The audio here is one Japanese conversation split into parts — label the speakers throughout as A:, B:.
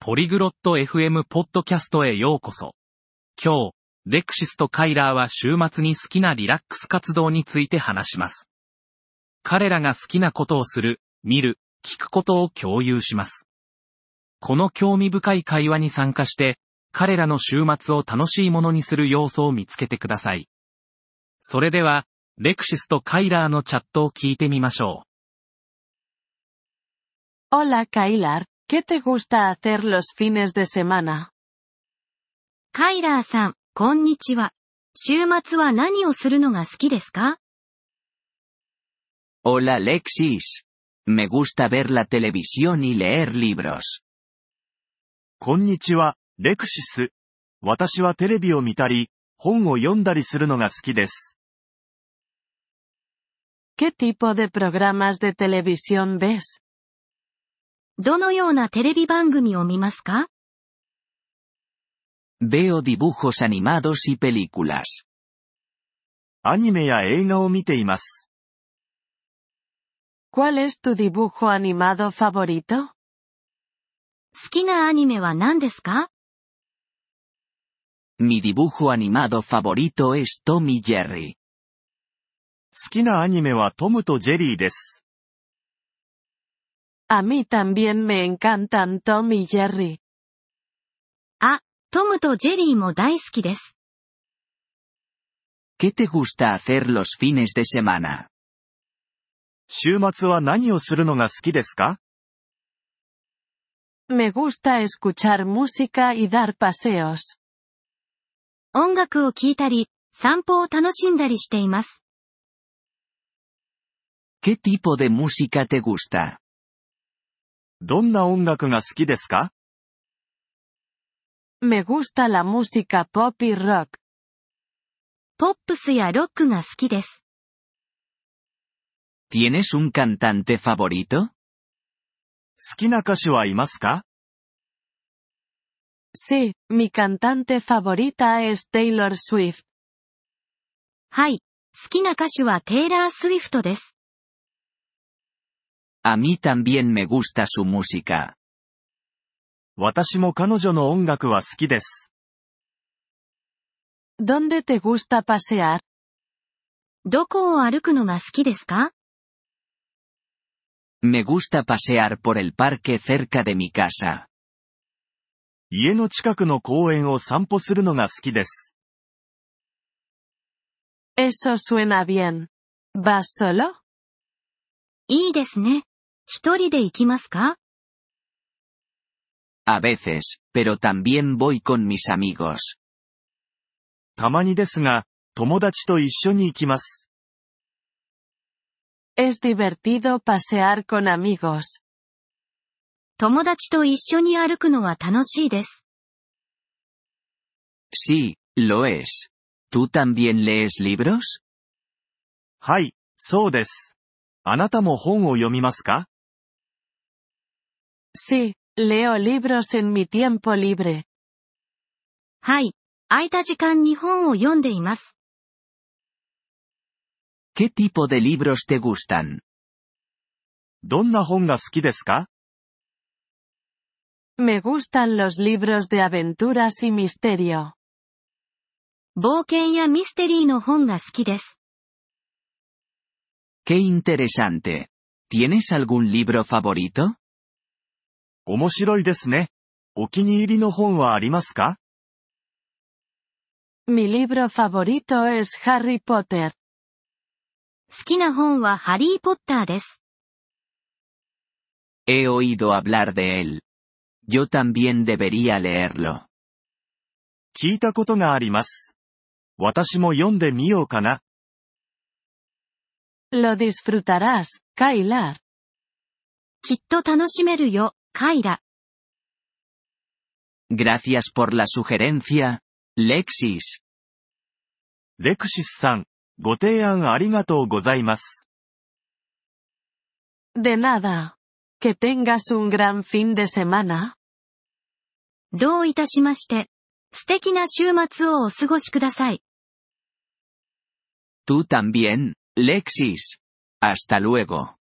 A: ポリグロット FM ポッドキャストへようこそ。今日、レクシスとカイラーは週末に好きなリラックス活動について話します。彼らが好きなことをする、見る、聞くことを共有します。この興味深い会話に参加して、彼らの週末を楽しいものにする要素を見つけてください。それでは、レクシスとカイラーのチャットを聞いてみましょう。
B: Hola Kailar, ¿qué te gusta hacer los fines de semana?
C: カイラーさん、こんにちは。週末は何をするのが好きですか
D: Hola Lexis. Me gusta ver la televisión y leer libros.
E: こんにちは、レクシス。私はテレビを見たり、本を読んだりするのが好きです。
B: ¿Qué tipo de programas de televisión ves?
C: どのようなテレビ番組を見ますか
D: Veo dibujos animados y películas.
E: アニメや映画を見ています。
B: ¿Cuál es tu dibujo animado favorito?
C: 好きなアニメは何ですか
D: Mi dibujo animado favorito es Tom y Jerry.
E: 好きなアニメはトムとジェリーです。
B: A mí también me encantan Tom y Jerry.
C: トムとジェリーも大好きです。
D: ¿Qué te gusta hacer los fines de semana?
E: 週末は何をするのが好きですか
B: Me gusta escuchar música y dar paseos.
C: 音楽を聴いたり、散歩を楽しんだりしています。
D: ¿Qué tipo de música te gusta?
E: どんな音楽が好きですか
B: Me gusta la música pop y rock.
C: ポップスやロックが好きです。
D: ¿Tienes un cantante favorito?
E: 好きな歌手はいますか
B: Sí, mi cantante favorita es Taylor Swift.
C: はい。好きな歌手はテイラー・スウィフトです。
D: A mí también me gusta su música.
E: 私も彼女の音楽は好きです。
B: ¿Dónde te gusta pasear?
C: どこを歩くのが好きですか
D: Me gusta pasear por el parque cerca de mi casa.
E: 家の近くの公園を散歩するのが好きです。
B: Eso suena bien. ¿Vas solo?
C: いいですね。一人で行きますか
D: A veces, pero también voy con mis amigos.
E: たまにですが、友達と一緒に行きます。
B: Es divertido pasear con amigos.
C: 友達と一緒に歩くのは楽しいです。
D: Sí, lo es. ¿Tú también lees libros?
E: はい、そうです。あなたも本を読みますか
B: Sí, leo libros en mi tiempo libre.
C: はい。空いた時間に本を読んでいます。
D: ¿Qué tipo de libros te gustan?
E: どんな本が好きですか
B: Me gustan los libros de aventuras y misterio.
C: 冒険やミステリーの本が好きです。
D: Qué interesante. ¿Tienes algún libro favorito?
E: 面白いですね。お気に入りの本はありますか
B: Mi libro favorito es Harry Potter.
C: 好きな本はハリーポッターです。
D: He oído hablar de él. Yo también debería leerlo.
E: 聞いたことがあります。私も読んでみようかな。
B: Lo disfrutarás, Kailar.
C: きっと楽しめるよ、カイラ。
D: Gracias por la sugerencia, Lexis.
E: レクシスさん、ご提案ありがとうございます。
B: De nada. Que tengas un gran fin de semana.
C: どういたしまして。素敵な週末をお過ごしください。
D: Tú también, Lexis. Hasta luego.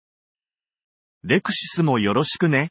E: レクシスもよろしくね。